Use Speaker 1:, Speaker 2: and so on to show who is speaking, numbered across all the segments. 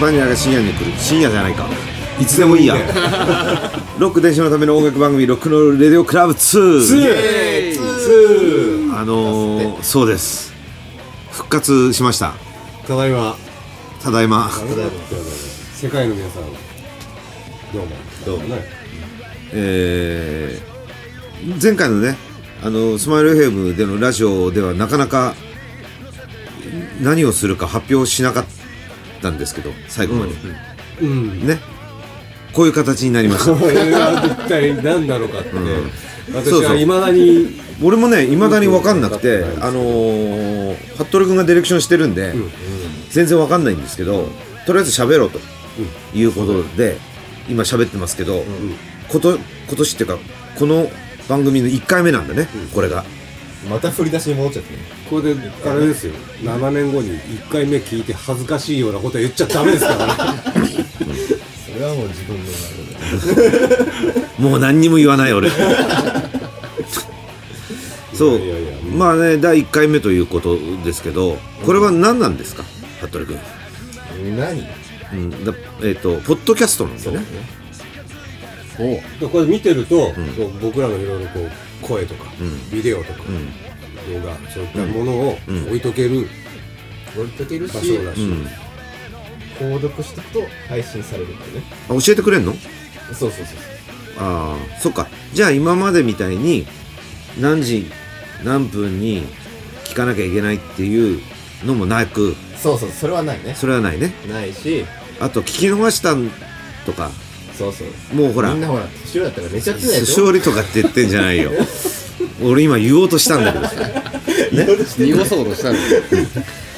Speaker 1: バニラが深夜に来る深夜じゃないかいつでもいい やロック伝承のための音楽番組「ロックのレディオクラブ2」
Speaker 2: え
Speaker 1: あのー、そうです復活しました
Speaker 2: ただいま
Speaker 1: ただいま
Speaker 2: ただいま世界の皆さんどうもどうもね
Speaker 1: えー前回のねあのスマイル FM でのラジオではなかなか何をするか発表しなかったんですけど最後まで、
Speaker 2: うん
Speaker 1: ねこういう形になりました
Speaker 2: これは一体何なのかって
Speaker 1: そう
Speaker 2: 私
Speaker 1: そ
Speaker 2: は
Speaker 1: う
Speaker 2: いまだに
Speaker 1: 俺もねいまだに分かんなくて
Speaker 2: よくわかんな
Speaker 1: あ
Speaker 2: い
Speaker 1: のー、服部君がディレクションしてるんで、全然分かんないんですけどとりあえず喋ろうということで、今喋ってますけど、こと今年っていうかこの番組の1回目なんだね、これが。
Speaker 3: また振り出しに戻っちゃってね
Speaker 2: これであれですよ7年後に1回目聞いて恥ずかしいようなことは言っちゃダメですからね
Speaker 3: それはもう自分の中で
Speaker 1: もう何にも言わない俺そう
Speaker 2: いやいやいやう
Speaker 1: まあね第1回目ということですけどこれは何なんですか服部君、
Speaker 3: 何
Speaker 1: うんだえっ、とポッドキャストなんだよね
Speaker 3: お
Speaker 2: でこれ見てると、こう僕らのいろいろこう声とか、ビデオとか、動画そういったものを
Speaker 1: うん
Speaker 2: 置いとける
Speaker 3: 置いとけるし
Speaker 2: 場所だし、
Speaker 1: うん
Speaker 3: 購読していくと配信されるんだよね
Speaker 1: あ教えてくれんの
Speaker 3: そうそうそう
Speaker 1: ああそっかじゃあ今までみたいに何時何分に聞かなきゃいけないっていうのもなく
Speaker 3: そうそうそれはないね
Speaker 1: それはないね
Speaker 3: ないし
Speaker 1: あと聞き逃したんとか
Speaker 3: そうそう
Speaker 1: もうほら
Speaker 3: みんなほら年寄りだったから寝ちゃってないでしょ
Speaker 1: 勝利とかって言ってんじゃない よ俺今言おうとしたんだけどさ
Speaker 4: 濁そうとしたんですよ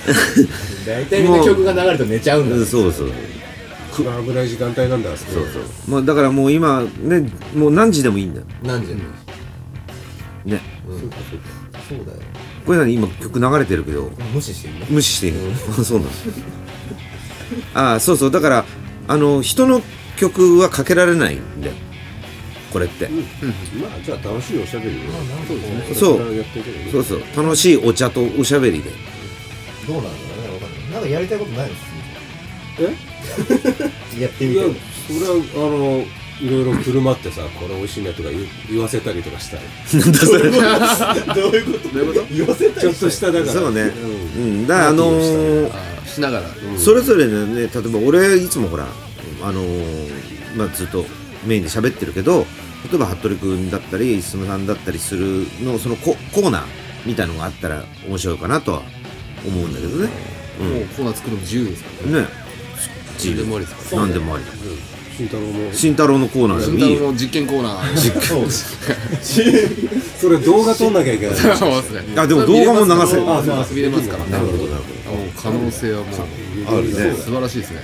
Speaker 3: 大体みんな曲が流れると寝ちゃうんだ
Speaker 1: うん そうそう
Speaker 2: 一番危ない時間帯なんだあそこ
Speaker 1: まあだからもう今ねもう何時でもいいんだよ
Speaker 3: 何時やねん
Speaker 1: ね
Speaker 3: そうだよ
Speaker 1: これ何今曲流れてるけど
Speaker 3: 無視してるね
Speaker 1: 無視していいの、あそうなのああそうそうだからあの人の曲はかけられないんだよこれって、
Speaker 2: まあじゃあ楽しいおしゃべりをそうですね
Speaker 1: そう
Speaker 2: れからやっていけばいいね
Speaker 1: そうそう楽しいお茶とおしゃべりで
Speaker 3: どうなんだろうねわかんないなんかやりたいことないです
Speaker 2: え
Speaker 3: やってみ
Speaker 2: い
Speaker 3: て
Speaker 2: や
Speaker 3: よ
Speaker 2: それはあのいろいろ車ってさこれ美味しいねとか言う言わせたりとかしたり
Speaker 3: どういうことどういうこと言わせた
Speaker 2: ちょ
Speaker 3: り
Speaker 2: っとしただか ら
Speaker 1: そうね
Speaker 2: う
Speaker 1: うんだからあのー
Speaker 4: あしながら
Speaker 1: それぞれのね例えば俺いつもほらあのーまあ、ずっとメインで喋ってるけど例えば服部君だったり進さんだったりするのそのココーナーみたいのがあったら面白いかなとは思うんだけどね。
Speaker 4: もうコーナー作るの自由ですからね
Speaker 1: ね
Speaker 4: 何でもありです
Speaker 1: 何でもあり
Speaker 2: 慎太郎も
Speaker 1: 慎太郎のコーナーで
Speaker 4: 慎
Speaker 1: も
Speaker 4: 太
Speaker 1: いい
Speaker 4: 郎
Speaker 1: よ。
Speaker 4: の実験コーナー実験
Speaker 2: それ動画撮んなきゃいけない
Speaker 4: そうですね
Speaker 1: あでも動画も流せる
Speaker 2: あそう
Speaker 4: 見れますからね
Speaker 2: なるほどなる
Speaker 4: もう可能性はもう
Speaker 1: あるね
Speaker 4: 素晴らしいですね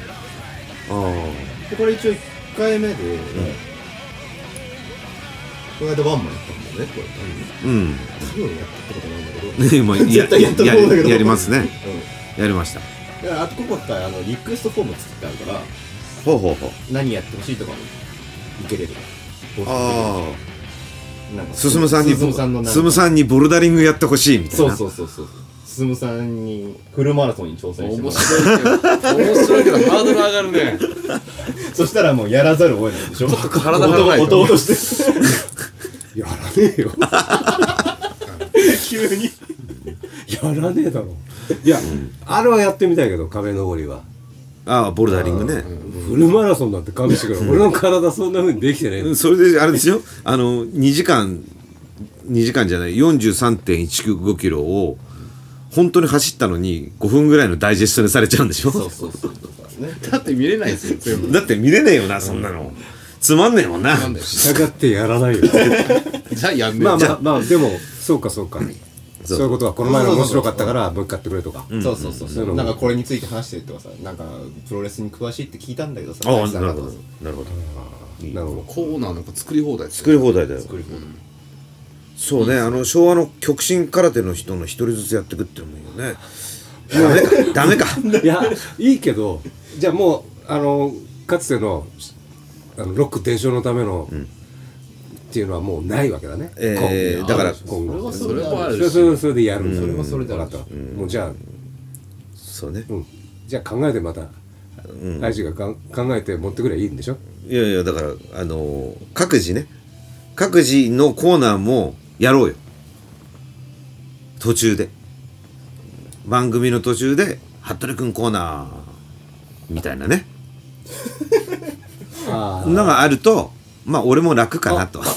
Speaker 3: でこれ一応1回目で、この間ワンマンやったんだよねこれ
Speaker 1: うん。
Speaker 3: 多分やったことないんだけ
Speaker 1: ね
Speaker 3: ど、
Speaker 1: まあや
Speaker 3: 絶対やったと思うんだけ
Speaker 1: や
Speaker 3: ど
Speaker 1: やりますね。
Speaker 3: う
Speaker 1: やりました。
Speaker 3: ん、だからあとここってあのリクエストフォーム作ってあるから
Speaker 1: ほうほうほう。
Speaker 3: 何やってほしいとかもいけれる
Speaker 1: あ
Speaker 3: なんか
Speaker 1: あ。進さんに
Speaker 3: 進さんのなんか
Speaker 1: 進さんにボルダリングやってほしいみたい
Speaker 3: そう
Speaker 1: な。
Speaker 3: そうそうそう進さんにフルマラソンに挑戦しても
Speaker 4: 面
Speaker 3: らう
Speaker 4: 白いけど面白いけどハードル上がるね
Speaker 3: そしたらもうやらざるを得ないでしょちょっと
Speaker 4: 体がない
Speaker 3: 音として
Speaker 2: やらねえよ
Speaker 3: 急に
Speaker 2: やらねえだろいや、あれはやってみたいけど壁登りは
Speaker 1: ああボルダリングね。
Speaker 2: フルマラソンなんて勘弁してくれ俺の体そんなふうにできてねえ
Speaker 1: それであれですよあの2時間2時間じゃない43.195キロを本当に走ったのに5分ぐらいのダイジェストにされちゃうんでしょ
Speaker 3: そうそうそうとかね
Speaker 4: だって見れないですよ全部
Speaker 1: だって見れねえよなそんなのつまんねえもんな
Speaker 4: なんだよ
Speaker 2: 従ってやらないよ
Speaker 4: じゃあやんねえ
Speaker 2: まあ
Speaker 4: じゃ
Speaker 2: まあまあでもそうかそうかそういうことがこの前の面白かったからもう一回やってくれとか
Speaker 3: そうそうそうそううんなんかこれについて話してるとかさなんかプロレスに詳しいって聞いたんだけどさ
Speaker 1: ああ
Speaker 3: 林さ
Speaker 1: なんる
Speaker 3: が
Speaker 1: ほどなるほど
Speaker 2: なるほど
Speaker 4: コーナーなんか作り放題です
Speaker 1: 作
Speaker 4: よ
Speaker 1: り放題だよ
Speaker 3: 作り放題
Speaker 1: そうねあの昭和の極真空手の人の一人ずつやってくってのもいいよねダメかダメか
Speaker 2: いやいいけどじゃあもうあのかつてのあのロック伝承のための、っていうのはもうないわけだね、
Speaker 1: えー
Speaker 2: 今
Speaker 1: だから
Speaker 2: 今後
Speaker 4: それもあ
Speaker 2: そ
Speaker 4: る
Speaker 2: れは
Speaker 4: し
Speaker 2: それそれでやる、
Speaker 3: それはそれである
Speaker 2: 分かった、もうじゃあ、
Speaker 1: そうね
Speaker 2: うん、じゃあ考えてまた
Speaker 1: うん
Speaker 2: 大地がかん考えて持ってくればいいんでしょ
Speaker 1: いやいやだからあのー各自ね各自のコーナーもやろうよ途中で番組の途中で「服部君コーナー」みたいなね
Speaker 2: あ
Speaker 1: のがあるとまあ俺も楽かなと
Speaker 2: ああ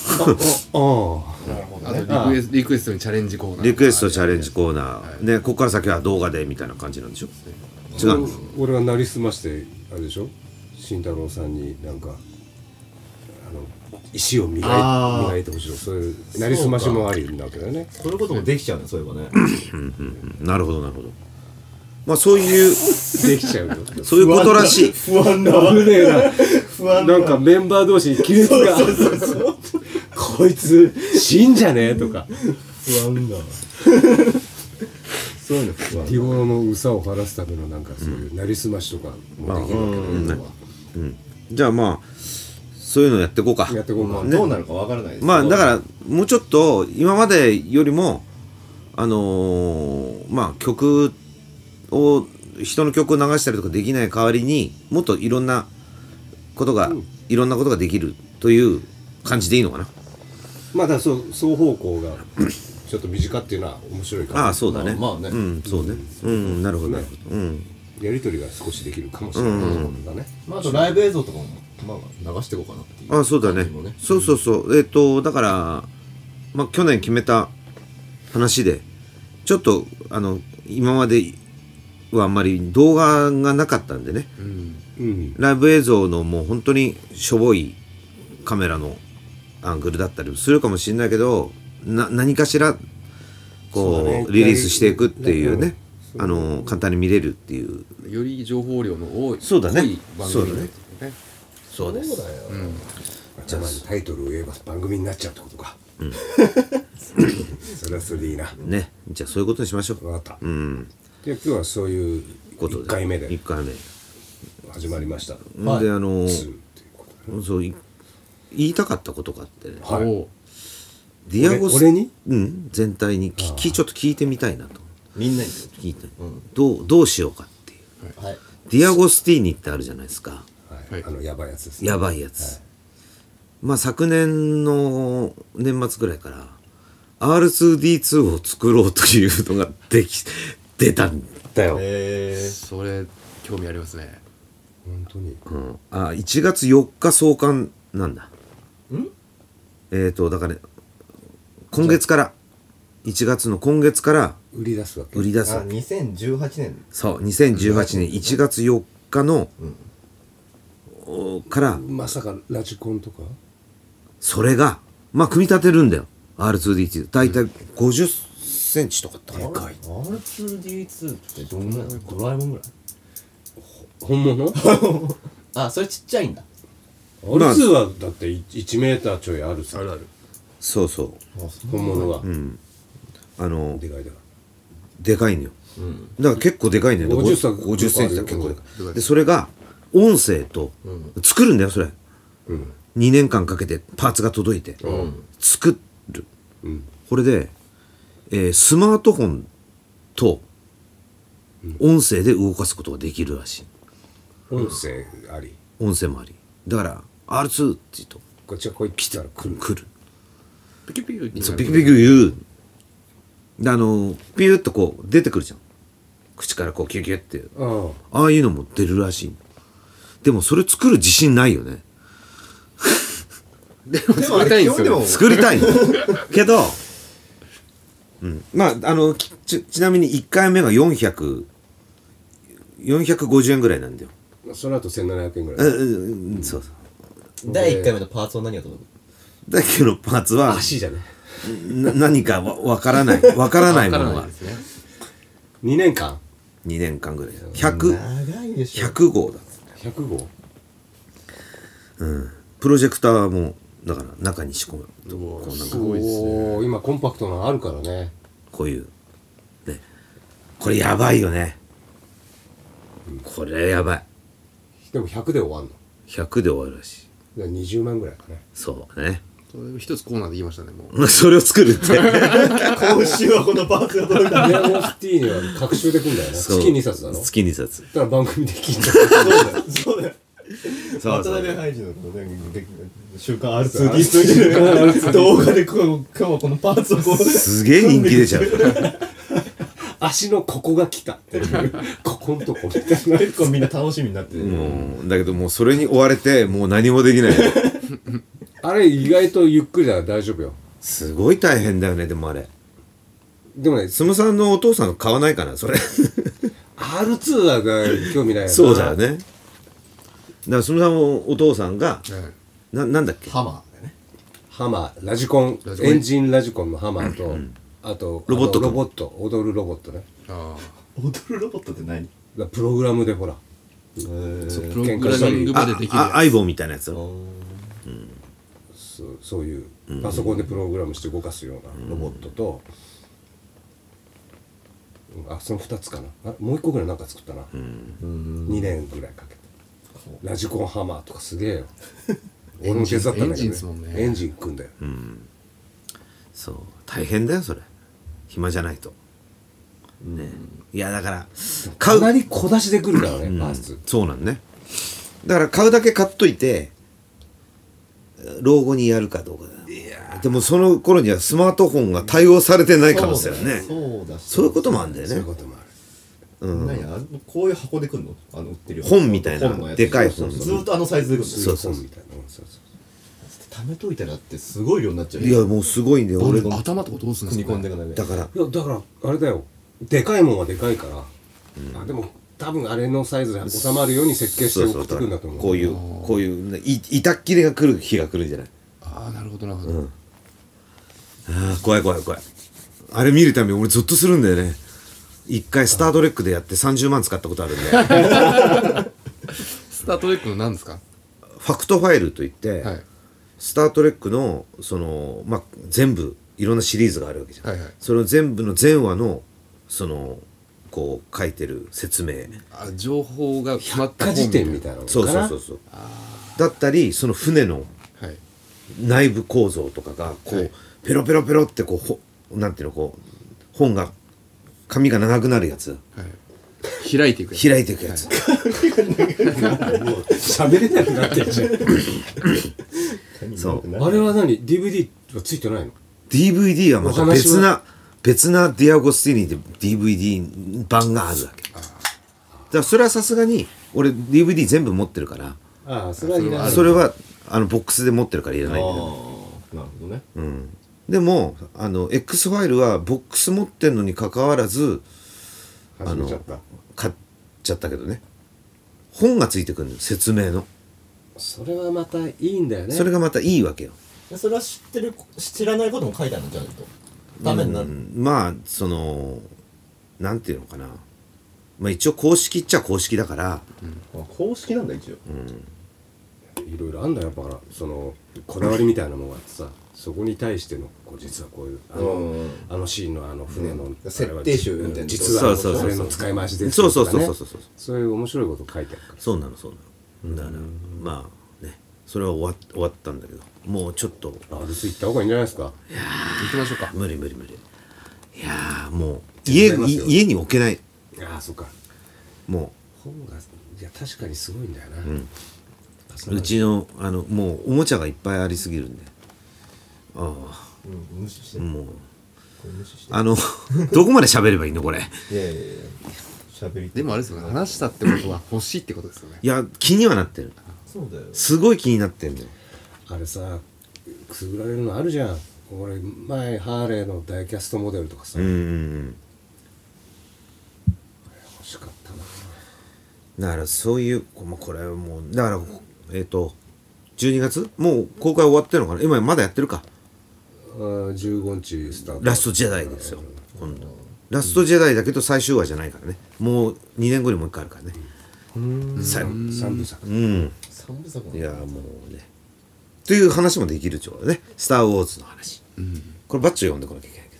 Speaker 3: なるほど
Speaker 4: あ
Speaker 3: ね
Speaker 4: とリクエストリクエストにチャレンジコーナー
Speaker 1: リクエストチャレンジコーナ
Speaker 4: は
Speaker 1: ーねここから先は動画でみたいな感じなんでしょ違うの
Speaker 2: 俺はなりすましてあれでしょ慎太郎さんになんかあの石を磨い
Speaker 3: あー
Speaker 2: 磨いてほしいとそういうなりすましもありなわけだよね
Speaker 3: そういうこともできちゃうねそういえばね
Speaker 1: うんなるほどなるほどまあそういう
Speaker 2: できちゃうよ
Speaker 1: そういうことらしい
Speaker 3: 不安だわ
Speaker 2: 危ねえな
Speaker 3: 不安
Speaker 2: な
Speaker 3: だ
Speaker 2: んかメンバー同士に亀裂がこいつ 死んじゃねえとか
Speaker 3: 不安だわ そういうの不安
Speaker 2: 日頃の憂さを晴らすためのなんかそういうなりすましとかもできるわけだよね
Speaker 1: うんじゃあまあそういうのやっていこうか
Speaker 2: やってこう
Speaker 3: ま
Speaker 2: か
Speaker 3: あどうなるかわからないです
Speaker 1: まあだからもうちょっと今までよりもあのーまあ曲を人の曲を流したりとかできない代わりにもっといろんなことが、いろんなことができるという感じでいいのかな
Speaker 2: まあだからそう双方向がちょっと身近っていうのは面白いか
Speaker 1: あ
Speaker 2: ら
Speaker 1: あそうだね
Speaker 3: まあまあね
Speaker 1: うんそうねうんなるほどなるほどうん
Speaker 2: やり取りが少しできるかもしれないところだね、
Speaker 3: まあ、あとライブ映像とかも、まあ、流していこうかなっていう
Speaker 1: あそうだね
Speaker 3: 感じもね
Speaker 1: そうそうそうえっ、とだから、まあ、去年決めた話でちょっとあの今まではあんまり動画がなかったんでね
Speaker 4: うん
Speaker 2: うん
Speaker 1: ライブ映像のもう本当にしょぼいカメラのアングルだったりするかもしれないけどな何かしらこ
Speaker 2: そう
Speaker 1: う
Speaker 2: だね
Speaker 1: リリースしていくっていうね
Speaker 2: うん
Speaker 1: あの簡単に見れるっていう
Speaker 4: より情報量の多い
Speaker 1: そうだね
Speaker 4: 濃い番組になってるね
Speaker 1: そうです
Speaker 3: そうだよ
Speaker 2: じゃあまずタイトルを言えば番組になっちゃうってことか、 それはそれでいいな
Speaker 1: ねじゃあそういうことにしましょう
Speaker 2: 分かった、
Speaker 1: うん
Speaker 2: じゃあ今日はそういう
Speaker 1: こと
Speaker 2: 1回目で
Speaker 1: 1回目
Speaker 2: 始まりました
Speaker 3: はい
Speaker 1: であの
Speaker 2: ツーっていうことだね
Speaker 1: そうい言いたかったことがあってね
Speaker 2: はい
Speaker 4: おう
Speaker 1: ディアゴス
Speaker 2: 俺俺に
Speaker 1: うん、全体に聞きちょっと聞いてみたいなと
Speaker 3: みんなに
Speaker 1: 聞いて、どうどうしようかっていう
Speaker 3: はい
Speaker 1: ディアゴスティーニってあるじゃないですか
Speaker 2: はい、
Speaker 4: はい
Speaker 2: あのやばいやつですね
Speaker 1: やばいやつ、まあ昨年の年末ぐらいから R2D2 を作ろうというのができ出たんだよ、
Speaker 3: えー、
Speaker 4: それ興味ありますね
Speaker 2: 本当に
Speaker 1: うん、あ1月4日創刊なんだえっ、ー、とだから、ね、今月から1月の今月から
Speaker 2: 売り出すわけ
Speaker 1: 売り出す
Speaker 3: あ2018年
Speaker 1: そう2018年1月4日の、おから
Speaker 2: まさかラジコンとか
Speaker 1: それがまあ組み立てるんだよ R2D2 大体50センチとかって
Speaker 3: かい R2D2 ってどんぐらいドラえもんぐらい
Speaker 2: 本物
Speaker 3: あそれちっちゃいんだ
Speaker 2: ?R2 はだって1メーターちょいあるさ
Speaker 4: あるある
Speaker 1: そうそう
Speaker 3: あそ
Speaker 2: 本物が、
Speaker 1: あの
Speaker 2: でかいだか
Speaker 1: でかいのよ、だから結構でかいんだよ
Speaker 2: 50さ
Speaker 1: 50センチだ結構でか
Speaker 4: でか
Speaker 1: い
Speaker 4: い
Speaker 1: でそれが音声と作るんだよそれ、2年間かけてパーツが届いて、作る、
Speaker 2: ん
Speaker 1: これで、えースマートフォンと音声で動かすことができるらしい
Speaker 2: ら音声あり
Speaker 1: 音声もありだから R2 って言うと
Speaker 2: こっちはこう来たら来る
Speaker 1: 来る
Speaker 4: ピキピキ
Speaker 1: そうビクビク言うであのピューッとこう出てくるじゃん口からこうキュキュって
Speaker 2: あ
Speaker 1: ああいうのも出るらしいでもそれ作る自信ないよね
Speaker 3: うでもあ
Speaker 4: 作りたい
Speaker 3: れ
Speaker 4: ん
Speaker 3: 基本
Speaker 4: ですよ
Speaker 3: でも
Speaker 1: 作り たいのけど、うん、まああのきちちなみに1回目が400450円ぐらいなんだよ
Speaker 2: あその後1700円ぐ
Speaker 1: う
Speaker 2: らい
Speaker 1: んうんそうそう
Speaker 3: 第1回目のパーツは何が届く
Speaker 1: だけどパーツは
Speaker 2: 足じゃない
Speaker 1: な何かわわから ないわからないもの
Speaker 4: わから
Speaker 1: が
Speaker 4: ないですね
Speaker 2: 2年間
Speaker 1: 2年間ぐらい100
Speaker 3: 長いでしょ
Speaker 1: 100号だ
Speaker 2: 100号
Speaker 1: プロジェクターもだから中に仕込むと
Speaker 4: うわ
Speaker 1: こうなん
Speaker 4: す
Speaker 1: か
Speaker 4: ごいっすね
Speaker 2: おー今コンパクトなのあるからね
Speaker 1: こういうねこれやばいよねこれやばい
Speaker 2: でも100で終わんの
Speaker 1: 100で終わるらしい
Speaker 2: だから20万ぐらいかね
Speaker 1: そうね
Speaker 4: それを一つコーナーで言いましたねもう
Speaker 1: それを作る って。
Speaker 3: 今週はこのバークがどれだ
Speaker 2: ネアゴスティーニは隔週で組んだよね
Speaker 1: そう
Speaker 2: 月2冊だろだ
Speaker 1: 月2冊。
Speaker 2: から番組で聞いた
Speaker 3: そうだよ
Speaker 1: そ
Speaker 3: 渡
Speaker 1: うそう
Speaker 3: 辺ハイジのこのねで週刊 R2D 動画でこう今日はこのパーツをこう
Speaker 1: すげえ人気出ちゃう。
Speaker 2: 足のここが来たっ ていうここんとこみたいな
Speaker 3: 結構みんな楽しみになってる
Speaker 1: うんだけどもうそれに追われてもう何もできない。
Speaker 2: あれ意外とゆっくりだから大丈夫よ
Speaker 1: すごい大変だよね、でもあれ。
Speaker 2: でもね
Speaker 1: スムさんのお父さん買わないかな、そ れ。
Speaker 2: R2 はね興味ないよな
Speaker 1: そうだよね。だからスムさんのお父さんが、
Speaker 4: はい
Speaker 1: ななんだっけ
Speaker 3: ハマーだね
Speaker 2: ハマーラジコン
Speaker 4: ラジコン
Speaker 2: エンジンラジコンのハマーとあと
Speaker 1: ロボット
Speaker 2: あのロボット踊るロボットね
Speaker 4: あ
Speaker 3: 踊るロボットって何
Speaker 2: だからプログラムでほら
Speaker 4: あプログラミングま
Speaker 1: あ
Speaker 4: でできる
Speaker 1: あ
Speaker 4: や
Speaker 1: 相棒みたいなやつを
Speaker 2: そうそういうパソコンでプログラムして動かすようなロボットと、うんあその2つかなあもう1個ぐらいなんか作ったな、2年ぐらいかけてラジコンハマーとかすげえよ俺も手伝ったんだけど、ね、
Speaker 4: エンジンですもんね
Speaker 2: エンジン組んだよ、
Speaker 1: そう大変だよそれ暇じゃないとねいやだから買
Speaker 2: か
Speaker 1: う
Speaker 2: なり小出しで来るからね、パーツ
Speaker 1: そうなんねだから買うだけ買っといて老後にやるかどうかだでもその頃にはスマートフォンが対応されてない可能性あるねそう
Speaker 3: そうだし
Speaker 1: いうこともあるんだよ
Speaker 2: そういう
Speaker 1: ね
Speaker 2: こともある
Speaker 3: 何あのこういう箱で来んのあの売ってるよ
Speaker 1: 本みたいな
Speaker 3: 本のやつ
Speaker 1: でかい本
Speaker 3: そうそうそうずーっとあのサイズで来るの
Speaker 1: そうそう
Speaker 2: そうみたいなもんそうそう
Speaker 3: 貯めといたらってすごい量になっちゃう
Speaker 1: い
Speaker 3: よ
Speaker 1: やもうすごいんだよ俺
Speaker 4: つ頭とかどうす
Speaker 3: 組
Speaker 4: るんです
Speaker 3: み
Speaker 4: か
Speaker 3: 込ん
Speaker 4: ね
Speaker 3: でいかないと
Speaker 1: だから
Speaker 2: いやだからあれだよでかいもんはでかいから、あでも多分あれのサイズで収まるように設計して
Speaker 1: そう
Speaker 2: 送
Speaker 1: そう
Speaker 2: って
Speaker 1: だか
Speaker 2: くるんだ
Speaker 1: ら
Speaker 2: と思う
Speaker 1: こういうこういうねい板っ切れが来る日が来るんじゃない
Speaker 4: ああなるほどなるほど
Speaker 1: ああ怖い怖い怖いあれ見るために俺ゾッとするんだよね一回「スター・トレック」でやって30万使ったことあ るんでフ
Speaker 4: スタートレックの何ですか
Speaker 1: ァクトファイルといって、
Speaker 4: はい
Speaker 1: スター・トレックのその、まあ、全部いろんなシリーズがあるわけじゃん、
Speaker 4: はいはい
Speaker 1: その全部の全話のそのこう書いてる説明
Speaker 4: あ情報が決まった
Speaker 2: 果辞
Speaker 4: 本みたい
Speaker 2: 典
Speaker 4: な
Speaker 2: みたいなのかな
Speaker 1: そうそうそうそうだったりその船の
Speaker 4: はい
Speaker 1: 内部構造とかがこう、
Speaker 4: はい
Speaker 1: ペロペロペロってこうほなんていうのこう本が紙が長くなるやつ
Speaker 4: はい開いていくやつ
Speaker 1: 開いていくやつ、
Speaker 2: もう喋れなくなってんじゃん
Speaker 1: そう
Speaker 2: あれは何 DVD はついてないの
Speaker 1: DVD はまた
Speaker 2: お話
Speaker 1: 別
Speaker 2: は
Speaker 1: な別なディアゴスティーニで DVD 版があるわけだからそれはさすがに俺 DVD 全部持ってるから
Speaker 2: ああそれはいらない
Speaker 1: それはあのボックスで持ってるからいら
Speaker 3: ああ
Speaker 1: ないんだよ
Speaker 3: なるほどね
Speaker 1: でもあの X ファイルはボックス持ってんのにかかわらず
Speaker 2: 始めちゃった
Speaker 1: 買っちゃったけどね本がついてくるのよ説明の
Speaker 2: それはまたいいんだよね
Speaker 1: それがまたいいわけよ
Speaker 3: でそれは知ってる知らないことも書いてあるのじゃないとダメにな
Speaker 1: う
Speaker 3: る
Speaker 1: んまあそのなんていうのかなまあ一応公式っちゃ公式だから
Speaker 3: あ公式なんだ一応
Speaker 2: いろいろあんだよやっぱそのこだわりみたいなもんがあってさそこに対してのこう実はこういうあ
Speaker 3: う
Speaker 2: の
Speaker 3: ん
Speaker 2: あのシーンのあの船の、
Speaker 3: うん設定集みたいな
Speaker 2: うん実は
Speaker 1: そうそうそう
Speaker 2: それの使い回しです
Speaker 1: そう
Speaker 2: とかね
Speaker 1: そうそうそうそうそう
Speaker 2: そういう面白いこと書いてあるから
Speaker 1: そうなのそうなのだからまあねそれは終わ終わったんだけどもうちょっと
Speaker 2: あルス行った方がいいんじゃないですか
Speaker 4: 行きましょうか
Speaker 1: 無理無理無理いやーもう家に家に置けない
Speaker 2: ああそっか
Speaker 1: も
Speaker 2: 本がいや確かにすごいんだよな、
Speaker 1: ううちのあのもうおもちゃがいっぱいありすぎるんであ
Speaker 3: うん無視して
Speaker 1: あもう
Speaker 3: これ無視し
Speaker 1: あ のどこまで喋ればいいのこれ
Speaker 3: いやいやいや喋りたい
Speaker 4: でもあれですよね話したってことは欲しいってことですよね
Speaker 1: いや気にはなってる
Speaker 3: そうだよ
Speaker 1: すごい気になってるんだよ
Speaker 2: あれさくすぐられるのあるじゃん俺前ハーレーのダイキャストモデルとかさ、
Speaker 1: うんうん
Speaker 2: 欲しかったな
Speaker 1: うんだからそういうこまあこれはもうだからえっ、と12月もう公開終わってるのかな今まだやってるか
Speaker 2: あー15日スタート
Speaker 1: ラストジェダイですよ今度ラストジェダイだけど最終話じゃないからねもう2年後にもう一回あるからね最後
Speaker 2: 三部作
Speaker 1: うん
Speaker 3: 三部作
Speaker 1: いやもうねという話もできるちょうどね「スター・ウォーズ」の話、これバッチョ読んでこなきゃいけないけ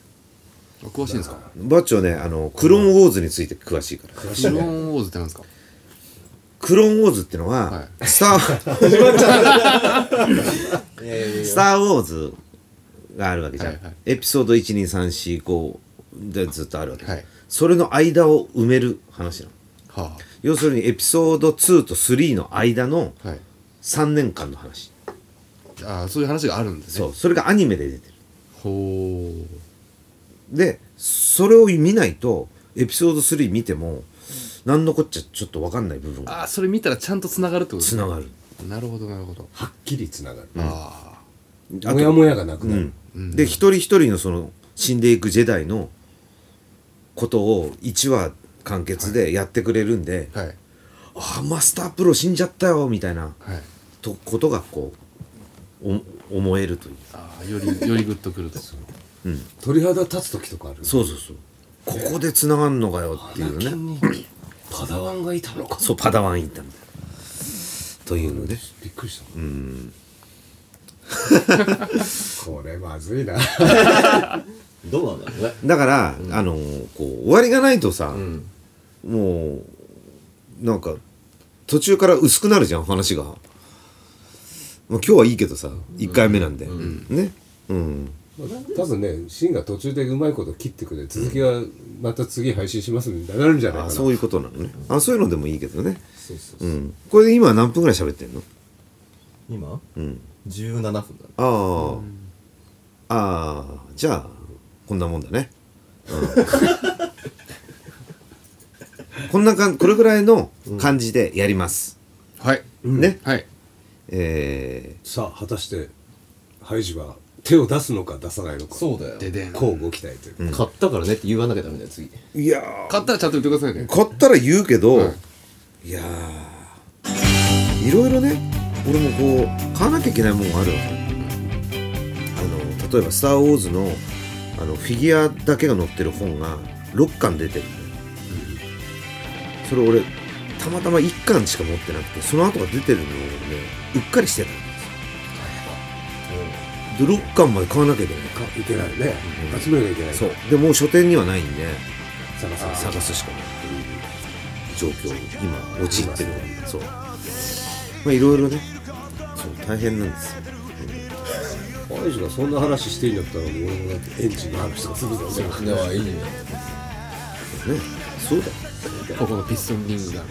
Speaker 4: あ詳しいんですか
Speaker 1: どバッチョねあのクローンウォーズについて詳しいから
Speaker 4: クローンウォーズってなんですか
Speaker 1: クローンウォーズってのは、
Speaker 4: は
Speaker 1: スター
Speaker 3: いやいやいや
Speaker 1: スター・ウォーズ」があるわけじゃん、
Speaker 4: はいはい
Speaker 1: エピソード12345でずっとあるわけじゃん、
Speaker 4: はい
Speaker 1: それの間を埋める話なの
Speaker 4: は
Speaker 1: 要するにエピソード2と3の間の
Speaker 4: あはい
Speaker 1: 3年間の話
Speaker 4: ああそういう話があるんですね
Speaker 1: そうそれがアニメで出てる
Speaker 4: ほ
Speaker 1: でそれを見ないとエピソード3見ても何のこっちゃちょっと分かんない部分
Speaker 4: う
Speaker 1: が
Speaker 4: ああそれ見たらちゃんとつながるってことです
Speaker 1: つ
Speaker 4: ね
Speaker 1: ながる
Speaker 4: なるほどなるほど
Speaker 2: はっきりつながる
Speaker 4: あ
Speaker 1: あ
Speaker 2: もやもやがなく
Speaker 1: う
Speaker 2: なる
Speaker 1: ん、で一人一人のその死んでいくジェダイのことを1話完結でやってくれるんで、
Speaker 4: あはい
Speaker 1: あマスタープロ死んじゃったよみたいな
Speaker 4: はい
Speaker 1: とことがこうお思えるという
Speaker 4: ああよりよりグッとくると
Speaker 2: 鳥肌立つ時とかある
Speaker 1: そうそうそうここで繋がんのかよっていうね
Speaker 2: パダワンがいたのか
Speaker 1: そうパダワンインターみたいなというので
Speaker 2: びっくりしたうん これまずいな
Speaker 3: どうなんだろうね
Speaker 1: だから、あのこう終わりがないとさ、
Speaker 4: ん
Speaker 1: もうなんか途中から薄くなるじゃん話が、まあ、今日はいいけどさ1回目なんで、ねうん
Speaker 2: 多分ねシーンが途中でうまいこと切ってくれ続きはまた次配信しますみたいになるんじゃないか
Speaker 1: あ
Speaker 2: な
Speaker 1: そういうことなのねあそういうのでもいいけどね、
Speaker 3: そうそう
Speaker 1: う、
Speaker 3: そうん
Speaker 1: これで今何分ぐらい喋ってんの
Speaker 3: 今
Speaker 1: うん
Speaker 3: 17分だね
Speaker 1: ああ、ああじゃあこんなもんだね、うんこんなかんこれぐらいの感じでやります、
Speaker 4: はい
Speaker 1: ね
Speaker 4: はい
Speaker 1: え
Speaker 2: さあ果たしてハイジは手を出すのか出さないのか
Speaker 3: そうだよ
Speaker 4: ででん
Speaker 2: こうご期待という、
Speaker 3: 買ったからねって言わなきゃダメだよ次
Speaker 1: ー、いや
Speaker 4: 買ったらちゃんと言ってくださいね
Speaker 1: 買ったら言うけど、、
Speaker 4: はい
Speaker 1: やーいろいろね俺もこう買わなきゃいけないもんがあるわけあの例えば「スター・ウォーズの」あのフィギュアだけが載ってる本が6巻出てるんそれ俺たまたま1巻しか持ってなくてその後が出てるのをねうっかりしてたんですよで6巻まで買わなきゃいけない
Speaker 2: かいけないね集めなきゃいけない
Speaker 1: そうでもう書店にはないんで
Speaker 2: 探さ
Speaker 1: 探すしかないっていう状況に今陥ってるそうまあいろいろねそう大変なんですよ
Speaker 2: ハイジがそんな話していいんだったら俺もだってエンジンの話とかするぞね
Speaker 3: ではいいね
Speaker 1: ねそうだよ
Speaker 4: ここのピストンリングが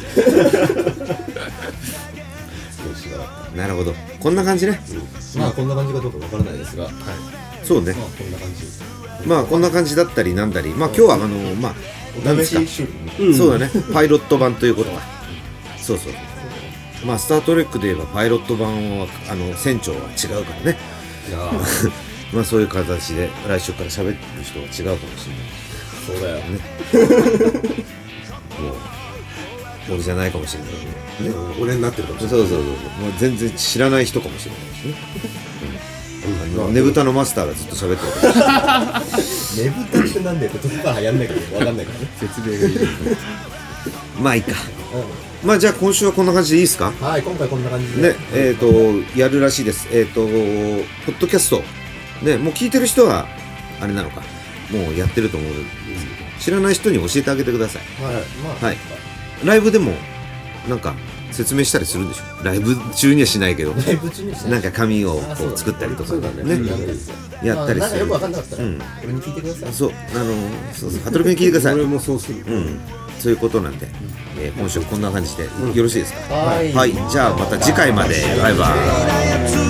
Speaker 1: なるほどこんな感じね
Speaker 3: まあこんな感じかどうかわからないですがま
Speaker 1: そうね
Speaker 3: あこんな感じ
Speaker 1: まあこんな感じだったりなんだりまあ今日はあのまあ何
Speaker 3: お
Speaker 1: で
Speaker 3: 試
Speaker 1: すか
Speaker 3: し収録
Speaker 1: そうだねパイロット版ということかそうそうまあ「スター・トレック」で言えばパイロット版はあの船長は違うからね
Speaker 2: いやー
Speaker 1: まあそういう形で来週から喋ってる人は違うかもしれない
Speaker 3: そうだよ
Speaker 1: もう俺じゃないかもしれないけどね
Speaker 2: 俺になってるかもし
Speaker 1: そう
Speaker 2: れ
Speaker 1: そうそうそうもう全然知らない人かもしれないしね
Speaker 2: な
Speaker 1: ま
Speaker 2: い、
Speaker 1: あねぶたのマスターがずっと喋ってるから
Speaker 3: ねぶたってなんだよってどこから流行んないかわかんないから ね
Speaker 4: 説明がいい
Speaker 1: まあいいかまあじゃあ今週はこんな感じでいいですか
Speaker 3: うんはい今回こんな感じで
Speaker 1: ねえっ、とやるらしいですえっ、とポッドキャストねもう聞いてる人はあれなのかもうやってると思うんですけど知らない人に教えてあげてください
Speaker 3: はいまあ
Speaker 1: はいライブでもなんか説明したりするんでしょライブ中にはしないけど
Speaker 3: ライブ中にし
Speaker 1: なん
Speaker 3: か
Speaker 1: か紙をこう作ったりとか
Speaker 2: そうだね
Speaker 1: ね
Speaker 3: やったり
Speaker 1: やったり
Speaker 3: するまあなん
Speaker 1: す
Speaker 3: か
Speaker 1: る
Speaker 3: よくわかんなかったら
Speaker 1: うん
Speaker 3: 俺に聞いてください
Speaker 1: そう、あの、そうそう、ハトル君聞いてください。
Speaker 2: 俺
Speaker 1: うん、
Speaker 2: もそうする、
Speaker 1: そういうことなんで、えー今週こんな感じで、よろしいですか。
Speaker 3: はい
Speaker 1: はい、じゃあ、また次回まで、バイバ
Speaker 5: 「
Speaker 1: イ。
Speaker 5: つ